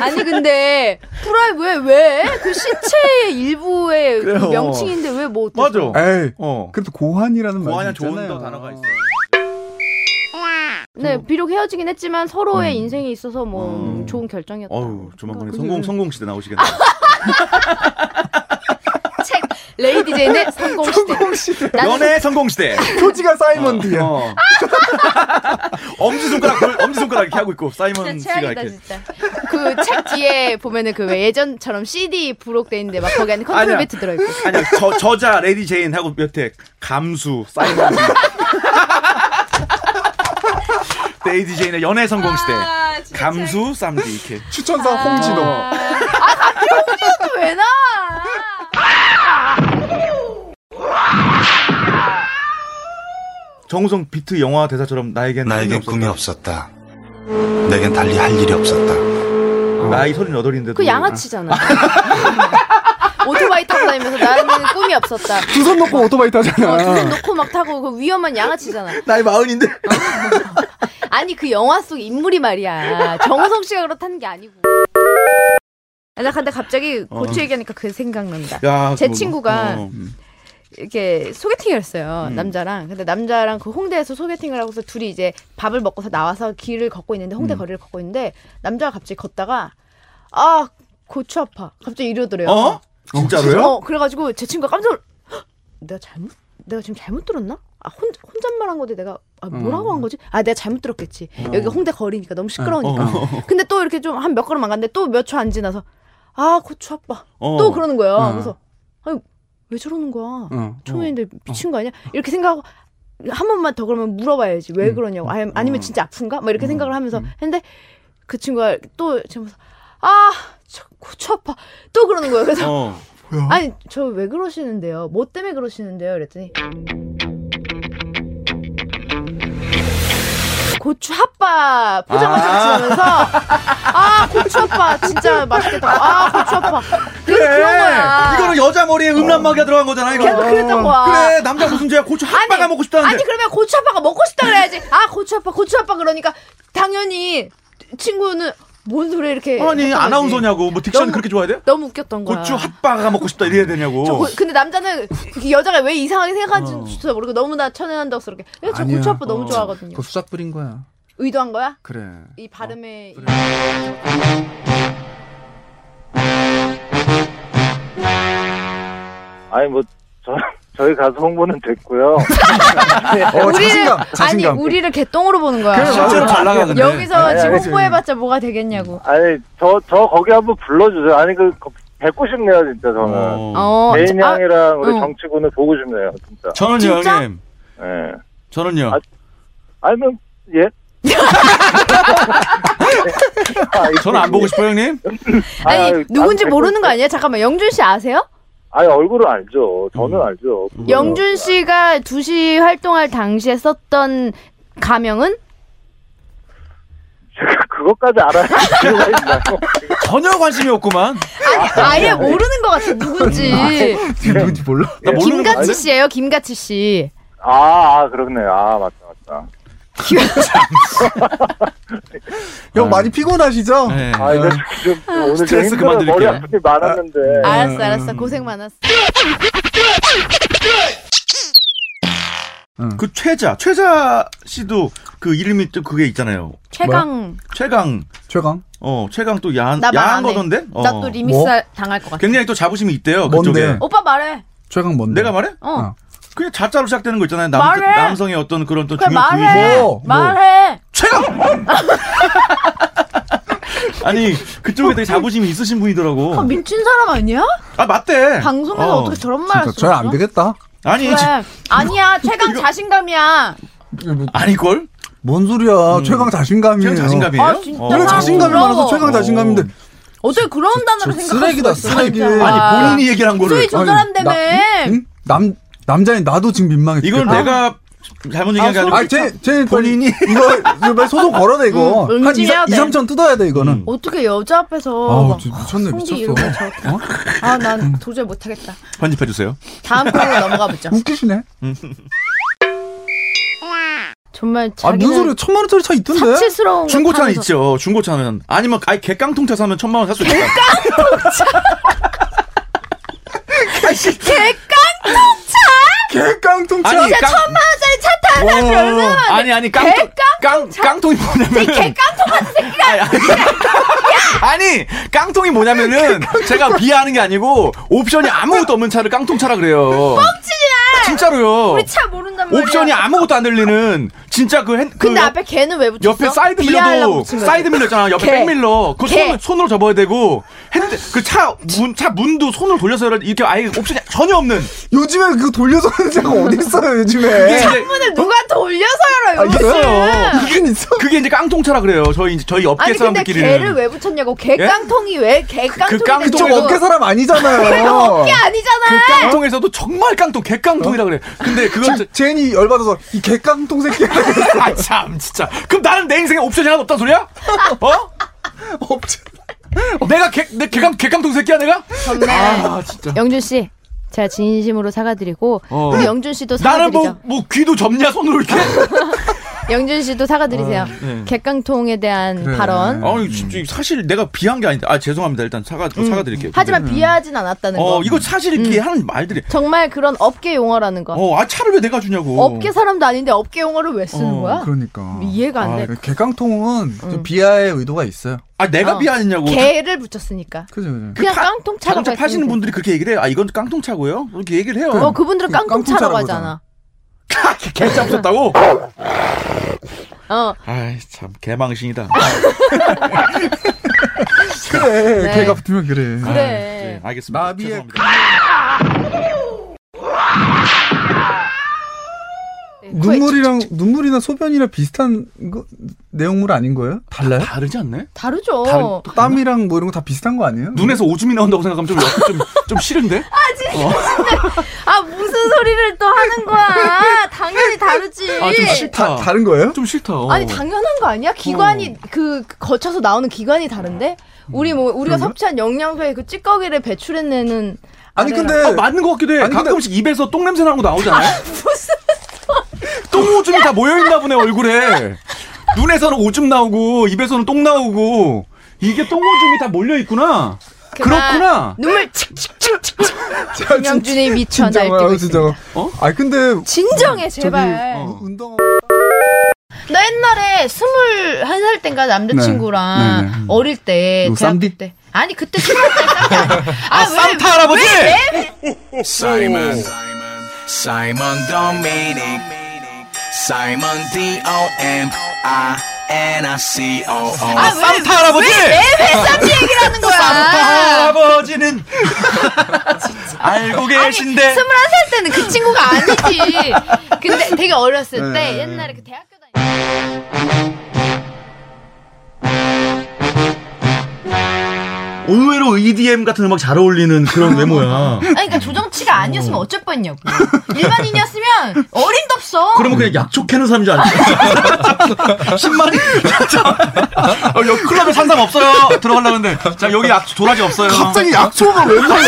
A: 아니 근데 불알 왜왜그 신체의 일부의 그
B: 그래요.
A: 명칭인데 왜뭐
B: 맞아.
C: 네.
F: 에이
B: 어.
F: 그래도 고환이라는 말이
B: 고환이랑 좋은
F: 있잖아요.
B: 더 단어가 있어.
A: 네
B: 음.
A: 비록 헤어지긴 했지만 서로의 인생에 있어서 뭐 좋은 결정이었다.
B: 어우, 조만간에 성공 성공 시대 나오시겠네.
A: 책 레이디 제인의 성공 시대.
B: 연애 성공 시대.
F: 표지가 사이먼드야.
B: 어. 엄지 손가락 엄지 손가락 이렇게 하고 있고 사이먼
A: 진짜
B: 씨가
A: 최악이다
B: 이렇게.
A: 진짜. 그 책 뒤에 보면은 그 왜 예전처럼 CD 부록돼 있는데 막 거기 안에 컨트롤
B: 아니야.
A: 배트 들어 있고.
B: 아니야 저 저자 레디 제인 하고 밑에 감수 사이먼. 씨. 레디 제인의 연애 성공 시대. 감수 쌈디 이렇게.
F: 추천사 홍진호.
A: 왜 나?
B: 정우성 비트 영화 대사처럼 나에겐
L: 나에겐
B: 없었다.
L: 꿈이 네, 없었다. 내겐 달리 할 일이 없었다.
B: 나이 38인데도
A: 그 양아치잖아. 오토바이 타고 다니면서 나는 꿈이 없었다.
F: 두 손 놓고 오토바이
A: 어, 두손
F: 타잖아.
A: 놓고 막 타고 그 위험한 양아치잖아.
F: 나이 마흔인데.
A: 아니 그 영화 속 인물이 말이야. 정우성 씨가 그렇다는 게 아니고. 아, 나 근데 갑자기 고추
B: 어.
A: 얘기하니까 그 생각난다.
B: 야,
A: 제
B: 아, 그거.
A: 친구가
B: 어. 음.
A: 이렇게 소개팅을 했어요 남자랑 근데 남자랑 그 홍대에서 소개팅을 하고서 둘이 이제 밥을 먹고서 나와서 길을 걷고 있는데
B: 음.
A: 홍대 거리를 걷고 있는데 남자가 갑자기 걷다가 아 고추 아파 갑자기 이러더래요
B: 어? 진짜로요?
A: 어, 그래가지고 제 친구가 깜짝 놀 헉! 내가 잘못 내가 지금 잘못 들었나? 아 혼, 혼잣말 한 건데 내가 아, 뭐라고 한 거지? 아 내가 잘못 들었겠지. 여기 홍대 거리니까 너무 시끄러우니까. 근데 또 이렇게 좀 한 몇 걸음 안 갔는데 또 몇 초 안 지나서 아 고추 아빠
B: 어.
A: 또 그러는 거예요.
F: 어.
A: 그래서 아니 왜 저러는 거야?
F: 어.
A: 초면인데 미친 거 아니야? 이렇게 생각하고 한 번만 더 그러면 물어봐야지 왜 그러냐고 아니, 아니면 진짜 아픈가? 막 이렇게 생각을 하면서 했는데 그 친구가 또 지면서 아 저 고추 아파 또 그러는 거예요. 그래서
B: 어.
A: 아니 저 왜 그러시는데요? 뭐 때문에 그러시는데요? 그랬더니 고추 핫바 포장마차 치면서 아 고추 핫바 진짜 맛있겠다. 아 고추 핫바 그래서 그런 거야.
B: 이거는 여자 머리에 음란마귀가 들어간 거잖아, 이거.
A: 계속 그랬던 거야.
B: 그래, 남자 무슨 죄야. 고추 한 바가 먹고 싶다는데.
A: 아니 그러면 고추 아빠가 먹고 싶다 그래야지. 아 고추 아빠 고추 아빠 그러니까 당연히 친구는 뭔 소리 이렇게
B: 아니,
A: 했던 거지.
B: 아나운서냐고. 뭐 딕션
A: 너무-
B: 그렇게 좋아야 돼?
A: 너무 웃겼던 거야.
B: 고추 핫바가 먹고 싶다 이래야 되냐고.
A: 저 고- 근데 남자는 그 여자가 왜 이상하게 생각하는지도 모르고 너무나 천연한덕스럽게 그냥 저
F: 아니야.
A: 고추 아빠 너무
F: 어.
A: 좋아하거든요.
F: 그거 수작 뿌린 거야.
A: 의도한 거야?
F: 그래.
A: 이 발음에 이-
E: 아니 뭐 저, 저희 가수 홍보는 됐고요.
F: 어 자신감 자신감.
A: 아니 우리를 개똥으로 보는 거야.
M: 실제로 잘 나가는데.
A: 여기서
E: 아니,
A: 지금
E: 알겠지.
A: 홍보해봤자 뭐가 되겠냐고.
E: 아니 저 저 거기 한번 불러주세요. 아니 그 거- 뵙고 싶네요, 진짜 저는.
A: 어,
E: 개인
A: 아,
E: 양이랑 우리
A: 어.
E: 정치군을 보고 싶네요, 진짜.
B: 저는요, 형님. 저는요.
E: 아니면 예?
B: 저는 안 보고 싶어요, 형님.
A: 아니 누군지 모르는 거 아니에요? 잠깐만 영준 씨 아세요?
E: 아니 얼굴은 알죠.
B: 음.
E: 저는 알죠. 그거는.
A: 영준 씨가 2시 활동할 당시에 썼던 가명은
E: 그것까지 알아야 필요가 있나?
B: 전혀 관심이 없구만.
A: 아예 모르는 것 같아 누군지
B: 누군지 몰라. 나 모르는 거
A: 김가치 씨예요 김가치 씨
E: 아, 아 그렇네. 아 맞다 맞다.
C: 형 많이 피곤하시죠?
B: 네.
E: 아 이거 좀 오늘 좀
C: 스트레스
E: 힘들어
C: 그만
E: 머리
C: 드릴게요.
E: 아픈 게 많았는데.
A: 알았어 알았어 고생 많았어
B: 그 최자, 최자 씨도 그 이름이 또 그게 있잖아요.
A: 최강
B: 최강.
C: 최강?
B: 어, 최강 또 야한,
A: 나 말
B: 야한
A: 안 해.
B: 거던데? 어.
A: 나 또 리믹스 당할 것
C: 그-
A: 같아
B: 굉장히 또 자부심이 있대요,
C: 뭔데?
B: 그쪽에.
A: 오빠 말해
C: 최강 뭔데? 그러니까
B: 내가 말해?
A: 어,
B: 그냥 자자로 시작되는 거 있잖아요. 남,
A: 말해!
B: 남성의 어떤 그런 또
A: 그래
B: 중요
A: 말해 어.
C: 뭐?
A: 말해
B: 아니, 그쪽에 되게 자부심이 있으신 분이더라고.
C: 어.
A: 아, 미친 사람 아니야?
B: 아, 맞대.
A: 방송에서 어. 떻게 저런 말 할 수 있어?
C: 저안 뭐, 되겠다.
B: 아니,
A: 그래. 아니야 최강 자신감이야
B: 아니걸?
C: 뭔 소리야? 최강 자신감이에요. 최강
B: 음. 자신감이에요? 어.
A: 아, 진짜?
C: 래 자신감이
A: 부러워.
C: 많아서 최강 자신감인데
A: 어떻게 그런 단어를 생각할
C: 쓰레기다,
A: 수가 있어
C: 쓰레기.
A: 진짜.
C: 아니, 본인이 얘기한 거를.
A: 수위 조절한다며
C: 아니, 응? 남 남자인 나도 지금 민망해.
A: 아.
B: 이건 내가 잘못 얘기한 게 아니고
C: 아니, 제, 제 본인이 이거 이거 빨리 소송 걸어내 이거.
A: 음, 응,
C: 한 2,
A: 응징해야
C: 3,
A: 돼.
C: 3천 뜯어야 돼 이거는.
B: 음.
A: 어떻게 여자 앞에서
C: 아우
A: 막
C: 진짜 미쳤네
A: 성기
C: 미쳤어.
A: 이런 거 저렇게 아난 도저히 못하겠다
B: 편집해 주세요.
A: 다음 코너로 넘어가 보죠
C: 웃기시네. 아,
A: 정말
B: 아, 무슨
A: 자기는
B: 소리야.
C: 천만 원짜리 차 있던데?
A: 사치스러운 거
B: 중고차는
A: 타면서-
B: 있죠. 중고차는 아니면 아예 개깡통차 사면 천만 원 살 수 있다. 개깡통차.
A: 개깡통차?
C: 개깡통차?
B: 아니,
A: 진짜
B: 깡-
A: 천만 원짜리 차 타는 사람이
B: 와.
A: 얼마나 많은데.
B: 아니, 아니, 깡통- 깡-
A: 개깡통차?
B: 깡통이 뭐냐면은-
A: 이 개깡통 같은 새끼가
B: 아니 깡통이 뭐냐면은 제가 비하하는 게 아니고 옵션이 아무것도 없는 차를 깡통차라 그래요.
A: 뻥치지 마
B: 진짜로요.
A: 우리 아, 차 모른단 말이야
B: 옵션이 아무것도 안 들리는 진짜 그, 핸, 그
A: 근데
B: 옆-
A: 앞에 걔는 왜 붙였어?
B: 옆에 사이드
A: 비하하려고
B: 밀러도
A: 붙인 거지.
B: 사이드 밀러 있잖아. 옆에
A: 개.
B: 백밀러. 그거
A: 개.
B: 손, 손으로 접어야 되고 핸드 그 차 문 차 문도 손을 돌려서 이렇게 아예 옵션이 전혀 없는
C: 요즘에 그거 돌려서 하는 차가 어디 있어요
B: 이게
C: 요즘에?
B: 이제 뭐?
A: 창문을 누가 돌려서 열어요
B: 아,
A: 요즘.
B: 있어요. 그게 이제 깡통차라 그래요. 저희 이제 저희 업계
A: 아니 근데
B: 사람들끼리는
A: 개를 왜 붙였냐고 개깡통이 왜 개깡통이
B: 깡통-
A: 됐냐고.
B: 그쪽 업계 사람 아니잖아요.
A: 그래도 업계 아니잖아
B: 그 깡통에서도 정말 깡통 개깡통이라 그래. 근데 그건
C: 제- 제니 열받아서 이 개깡통 새끼야.
A: 어?
B: 아참 진짜. 그럼 나는 내 인생에 옵션이 하나도 없단 소리야? 어?
C: 옵션.
B: 내가 개, 내 개강, 개강통 새끼야, 내가?
A: 정말.
B: 아, 진짜.
A: 영준 씨, 제가 진심으로 사과드리고
B: 어.
A: 우리 영준 씨도
B: 나는
A: 사과드리죠.
B: 뭐, 뭐 귀도 접냐, 손으로 이렇게?
A: 영준 씨도 사과드리세요.
B: 네.
A: 객강통에 대한 발언.
B: 아, 진짜 사실 내가 비한 게 아닌데. 아, 죄송합니다. 일단 사과,
A: 음.
B: 사과드릴게요.
A: 하지만
B: 근데-
A: 비하하진 않았다는
B: 네. 어,
A: 거. 음.
B: 이거 사실 이렇게 하는 말들이.
A: 정말 그런 업계 용어라는 거.
B: 어, 아, 차를 왜 내가 주냐고.
A: 업계 사람도 아닌데 업계 용어를 왜 쓰는 거야?
C: 그러니까.
A: 이해가 안 돼.
C: 아, 개깡통은 좀 비하의 의도가 있어요.
B: 아, 내가
A: 어.
B: 비하했냐고.
A: 개를 붙였으니까.
C: 그죠, 그죠.
A: 그냥 깡통차라고
B: 자동차
A: 할수
B: 파시는
A: 있는데.
B: 분들이 그렇게 얘기를 해요. 아, 이건 깡통차고요. 이렇게 얘기를 해요.
A: 어, 그분들은 깡통차라고
B: 깡통차라고
A: 하잖아.
B: 개짜 없었다고?
A: 어,
B: 아이, 참, 개망신이다.
A: 아,
B: 아,
C: 그래.
A: 네.
C: 개가 붙으면 그래.
A: 그래.
B: 네, 알겠습니다. 죄송합니다.
A: 네.
C: 아. 눈물이랑 눈물이나 소변이랑 비슷한 거, 내용물 아닌 거예요? 달라요?
B: 다르지 않네.
A: 다르죠.
C: 다- 땀이랑 뭐 이런 거 다 비슷한 거 아니에요?
B: 눈에서 오줌이 나온다고 생각하면 좀, 역- 좀, 좀 싫은데?
A: 아, 진짜. 아, 무슨 소리를 또 하는 거야. 당연히 다르지.
B: 아, 좀 싫다.
C: 다른 거예요?
B: 좀 싫다.
A: 어? 아니 당연한 거 아니야? 기관이 그 거쳐서 나오는 기관이 다른데 우리 뭐 우리가 섭취한 영양소에 그 찌꺼기를 배출해내는
C: 아니,
A: 아래랑-
B: 아, 맞는 것 같기도 해. 가끔씩 입에서 똥 냄새 나는 거 나오잖아요.
A: 무슨
B: 똥 오줌이 다 모여 있나 보네 얼굴에. 눈에서는 오줌 나오고 입에서는 똥 나오고 이게 똥 오줌이 다 몰려 있구나. 그렇구나.
A: 눈물 칙칙칙칙 김영준의 미쳐 날뛰고 어.
C: 진짜.
B: 어?
C: 아 근데
A: 진정해 예, 제발
C: 운동
A: 나 옛날에 스물한 살 땐가 남자친구랑
C: 네, 네, 네.
A: 어릴 때
C: 누구,
A: 대학
C: 쌈디?
A: 때 아니 그때 스물 살때 아, 왜-
B: 산타 할아버지?
A: 왜- 왜-
N: Simon, Simon Dominic, Simon D O M I
L: and I see all.
G: 아, 왜-
M: 산타 할아버지!
G: 왜 매일 산타 얘기를 하는 거야?
M: 산타 할아버지는 알고 계신데.
A: 아. 아니, 21살 때는 그 친구가 아니지. 근데 되게 어렸을
M: 네,
A: 때
M: 네,
A: 옛날에 그 대학교
M: 의외로 EDM 같은 음악 잘 어울리는 그런 외모야.
G: 아니 그러니까 조정치가 아니었으면 어쩔 뻔했냐고. 일반인이었으면 어림도 없어.
M: 그러면 그냥 약초 캐는 사람인 줄 알지? 10마리? 어, 여기 클럽에 산삼 없어요. 들어가려고 했는데. 자, 여기 약 도라지 없어요.
F: 갑자기 약초가 왜 나와?
L: 어,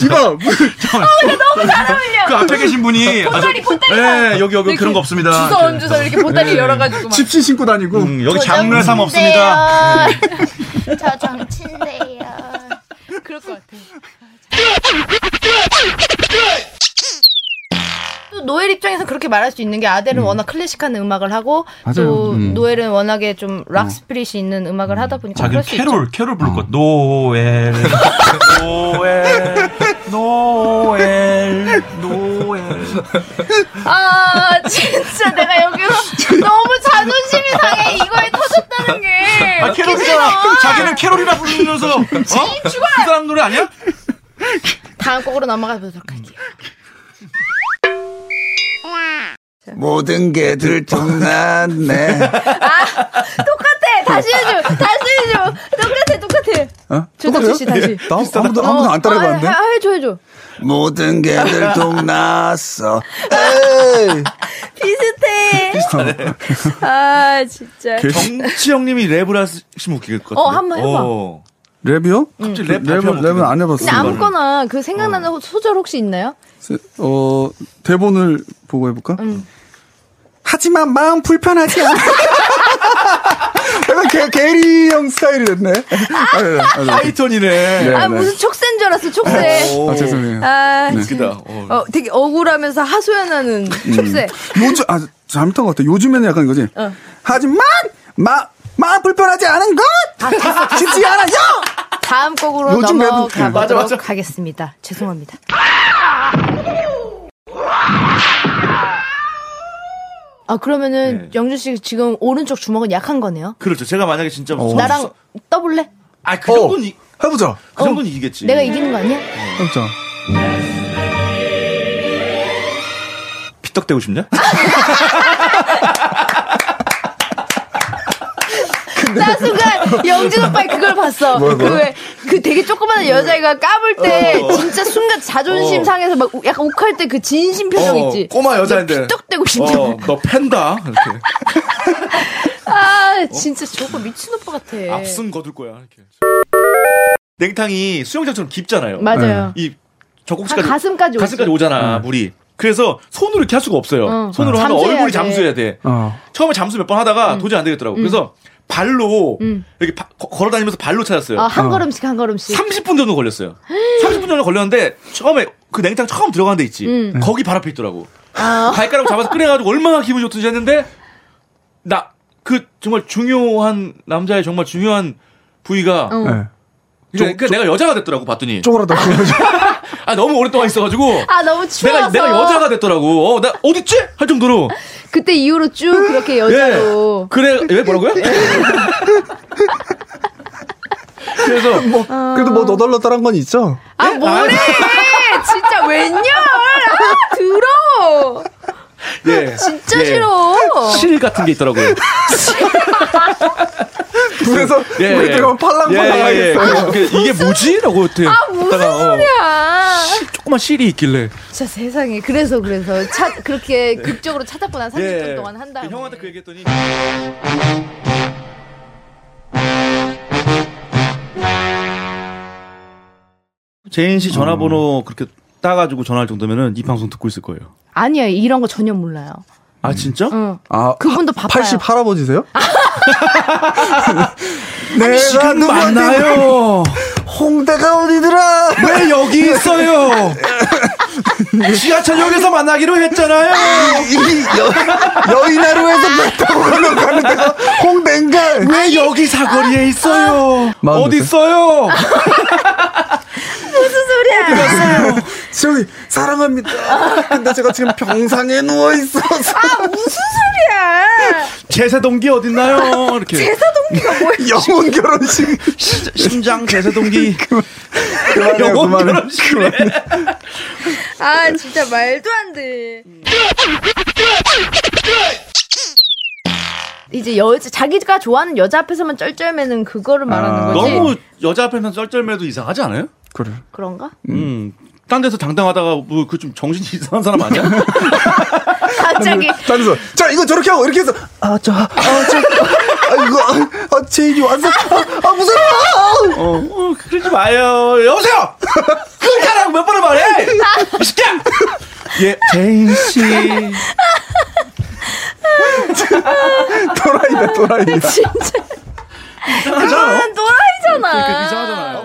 M: 이봐.
G: 근데 너무 잘 어울려.
M: 그 앞에 계신 분이.
G: 보따리, 보따리.
M: 네, 여기, 여기 그런 거 없습니다.
B: 아,
G: 주워 얹어서 이렇게 보따리
M: 네.
G: 열어가지고 막.
F: 집시 신고 다니고.
L: 음,
M: 여기 장례삼 없습니다. 아,
G: 저 정치인데요.
A: 그럴 것 같아. 또 노엘 입장에서 그렇게 말할 수 있는 게 아델은 워낙 클래식한 음악을 하고
M: 맞아요.
A: 또
M: 음.
A: 노엘은 워낙에 좀 락 스피릿이 있는 음악을 하다 보니까
M: 자기는
A: 그럴 수
M: 캐롤, 캐롤 부를
B: 음.
M: 것. 노엘, 노엘, 노엘, 노엘.
G: 아 진짜 내가 여기서 너무 자존심이 상해 이거에 터졌다는 게.
M: 아, 캐롤이잖아. 자기는 캐롤이라 부르면서. 어? 그 사람 노래 아니야?
A: 있죠. 다음 곡으로 넘어가 보도록 할게요.
L: 모든 게 들통났네.
A: 아,
G: 똑같아. 다시 해줘. 다시 해줘. 똑같아. 똑같아.
L: 어?
A: 조덕지 씨
C: 예.
A: 다시.
L: 나 아무도
A: 어, 아, 아, 해줘 해줘.
L: 모든 게 들통났어.
G: 비슷해.
M: 비슷하네.
G: 아 진짜.
B: 그 정치 형님이 랩을 하시면 웃길 것 같아.
A: 어, 한번 해봐.
C: 랩이요?
M: 음.
B: 갑자기
C: 랩
B: 랩
C: 랩은, 랩은 안
A: 근데
C: 해봤어요.
A: 아무거나 음. 그 생각나는 소절 혹시 있나요?
C: 세- 어 대본을 보고 해볼까?
A: 음.
C: 하지만 마음 불편하지 않아. 약간 게, 게리 형 스타일이 됐네. 아, 네, 네, 아, 네.
B: 하이톤이네.
C: 네,
A: 아
C: 네.
A: 무슨 촉새인 줄 알았어 촉새.
C: 아, 죄송해요.
A: 아,
C: 네.
A: 진짜. 어, 되게 억울하면서 하소연하는
C: 음.
B: 네.
A: 촉새.
C: 요즘 아 잘못한 것 같아. 요즘에는 약간 이거지.
A: 어.
C: 하지만 마 마음 불편하지 않은 것 쉽지 않아요.
A: 다음 곡으로
C: 요즘 랩은-
A: 넘어가
C: 네, 맞아, 맞아.
A: 보도록 하겠습니다. 죄송합니다. 아
B: 네.
A: 그러면은 영준 씨 지금 오른쪽 주먹은 약한 거네요.
M: 그렇죠. 제가 만약에 진짜
B: 어.
M: 무슨-
A: 나랑 떠볼래?
M: 아, 그 정도는 이-
C: 해보자.
M: 그
B: 어.
M: 정도는 이기겠지.
A: 내가 이기는 거 아니야?
B: 네.
C: 해보자.
B: 피떡대고 싶냐?
A: 나 순간 영준 오빠의 그걸 봤어.
B: 뭐야, 뭐야?
A: 그 왜 그 되게 조그마한 여자애가 까불 때
B: 어.
A: 진짜 순간 자존심
B: 어.
A: 상해서 막 우- 약간 욱할 때 그 진심 표정
B: 어,
A: 있지.
B: 꼬마 여자인데.
A: 피떡대고 싶다.
B: 어, 너 팬다. 이렇게.
A: 아 진짜 저거 미친 오빠 같아.
B: 앞승 거둘 거야. 이렇게. 냉탕이 수영장처럼 깊잖아요.
A: 맞아요.
B: 이 젖꼭지까지
A: 한 가슴까지 오지.
B: 가슴까지 오잖아 물이. 그래서 손으로 이렇게 할 수가 없어요.
A: 어.
B: 손으로
A: 어.
B: 하면
A: 잠수해야
B: 얼굴이
A: 돼.
B: 잠수해야 돼.
C: 어.
B: 처음에 잠수 몇 번 하다가 도저히 안 되겠더라고. 그래서 발로
A: 음.
B: 이렇게 바- 거- 걸어다니면서 발로 찾았어요.
A: 아, 한 걸음씩 한 걸음씩.
B: 30분 정도 걸렸어요. 30분 정도 걸렸는데 처음에 그 냉탕 처음 들어가는 데 있지.
A: 음.
B: 거기 발 앞에 있더라고.
A: 아.
B: 발가락 잡아서 끓여가지고 얼마나 기분이 좋든지 했는데 나 그 정말 중요한 남자의 정말 중요한 부위가
A: 어. 네.
B: 그러니까 내가 여자가 됐더라고 봤더니
C: 쪼그라다.
B: 아 너무 오랫동안 있어가지고
A: 아 너무 추워서.
B: 내가 내가 여자가 됐더라고. 어나 어딨지? 할 정도로.
A: 그때 이후로 쭉 그렇게
B: 예.
A: 여자로.
B: 그래 왜 뭐라고요? 그래서
C: 뭐 그래도 뭐 너덜너덜한 건 있죠.
B: 예.
A: 아 뭐래? 진짜 웬열? 아 들어.
B: 예.
A: 진짜
B: 예.
A: 싫어.
B: 실 같은 게 있더라고요.
C: 그래서
B: 예,
C: 우리
B: 예.
C: 들어가면 팔랑팔랑 하겠어요.
B: 이게- 이게 뭐지?라고 어떻게
A: 아 무슨
B: 하다가, 어,
A: 소리야?
B: 조그만 실이 있길래.
A: 진짜 세상에 그래서 그래서 차, 그렇게 극적으로 찾았고 난 30분
B: 예.
A: 동안 한다.
B: 형한테 그 얘기했더니 제인 씨
M: 음.
B: 전화번호 그렇게 따가지고 전화할 정도면은 이 방송 듣고 있을 거예요.
A: 아니야 이런 거 전혀 몰라요.
B: 아 진짜?
A: 응.
C: 아,
A: 그분도 바빠요.
C: 80 할아버지세요? 내가
B: 시간
C: 누구한테 뭐
B: 많나요?
C: 홍대가 어디더라?
B: 왜 여기 있어요? 지하철역에서 만나기로 했잖아요.
C: 이 여, 여의나루에서 배 타고 가는 데가 홍대인가?
B: 왜 여기 사거리에 있어요?
C: 마흔
B: 어디
C: 몇
B: 있어요?
G: 무슨 소리야?
C: 저기 사랑합니다. 근데 제가 지금 병상에 누워 있어서
G: 아, 무슨 소리야?
B: 제세동기 어딨나요? 이렇게.
O: 제사동기가 뭐야?
B: 영혼 결혼식. 심장 제세동기. 영혼 결혼식이래.
O: 아 진짜 말도 안 돼.
A: 이제 여 자기가 좋아하는 여자 앞에서만 쩔쩔매는 그거를 말하는 거지.
B: 아, 너무 여자 앞에서 쩔쩔매도 이상하지 않아요?
P: 그래.
A: 그런가?
B: 음. 딴 데서 당당하다가 뭐 그 좀 정신이 이상한 사람 아니야?
A: 갑자기
C: 자면서 자 이거 저렇게 하고 이렇게 해서 아 저 아 저 아, 이거 아, 아 제인이 왔어 아, 아 무서워
B: 어, 어, 그러지 마요. 여보세요! 그러라고 몇 번을 말해! 이 새끼야! 예, 제인 씨.
C: 아, 도라이다 도라이다
O: 진짜. 그거는 또라이잖아. 이상하잖아.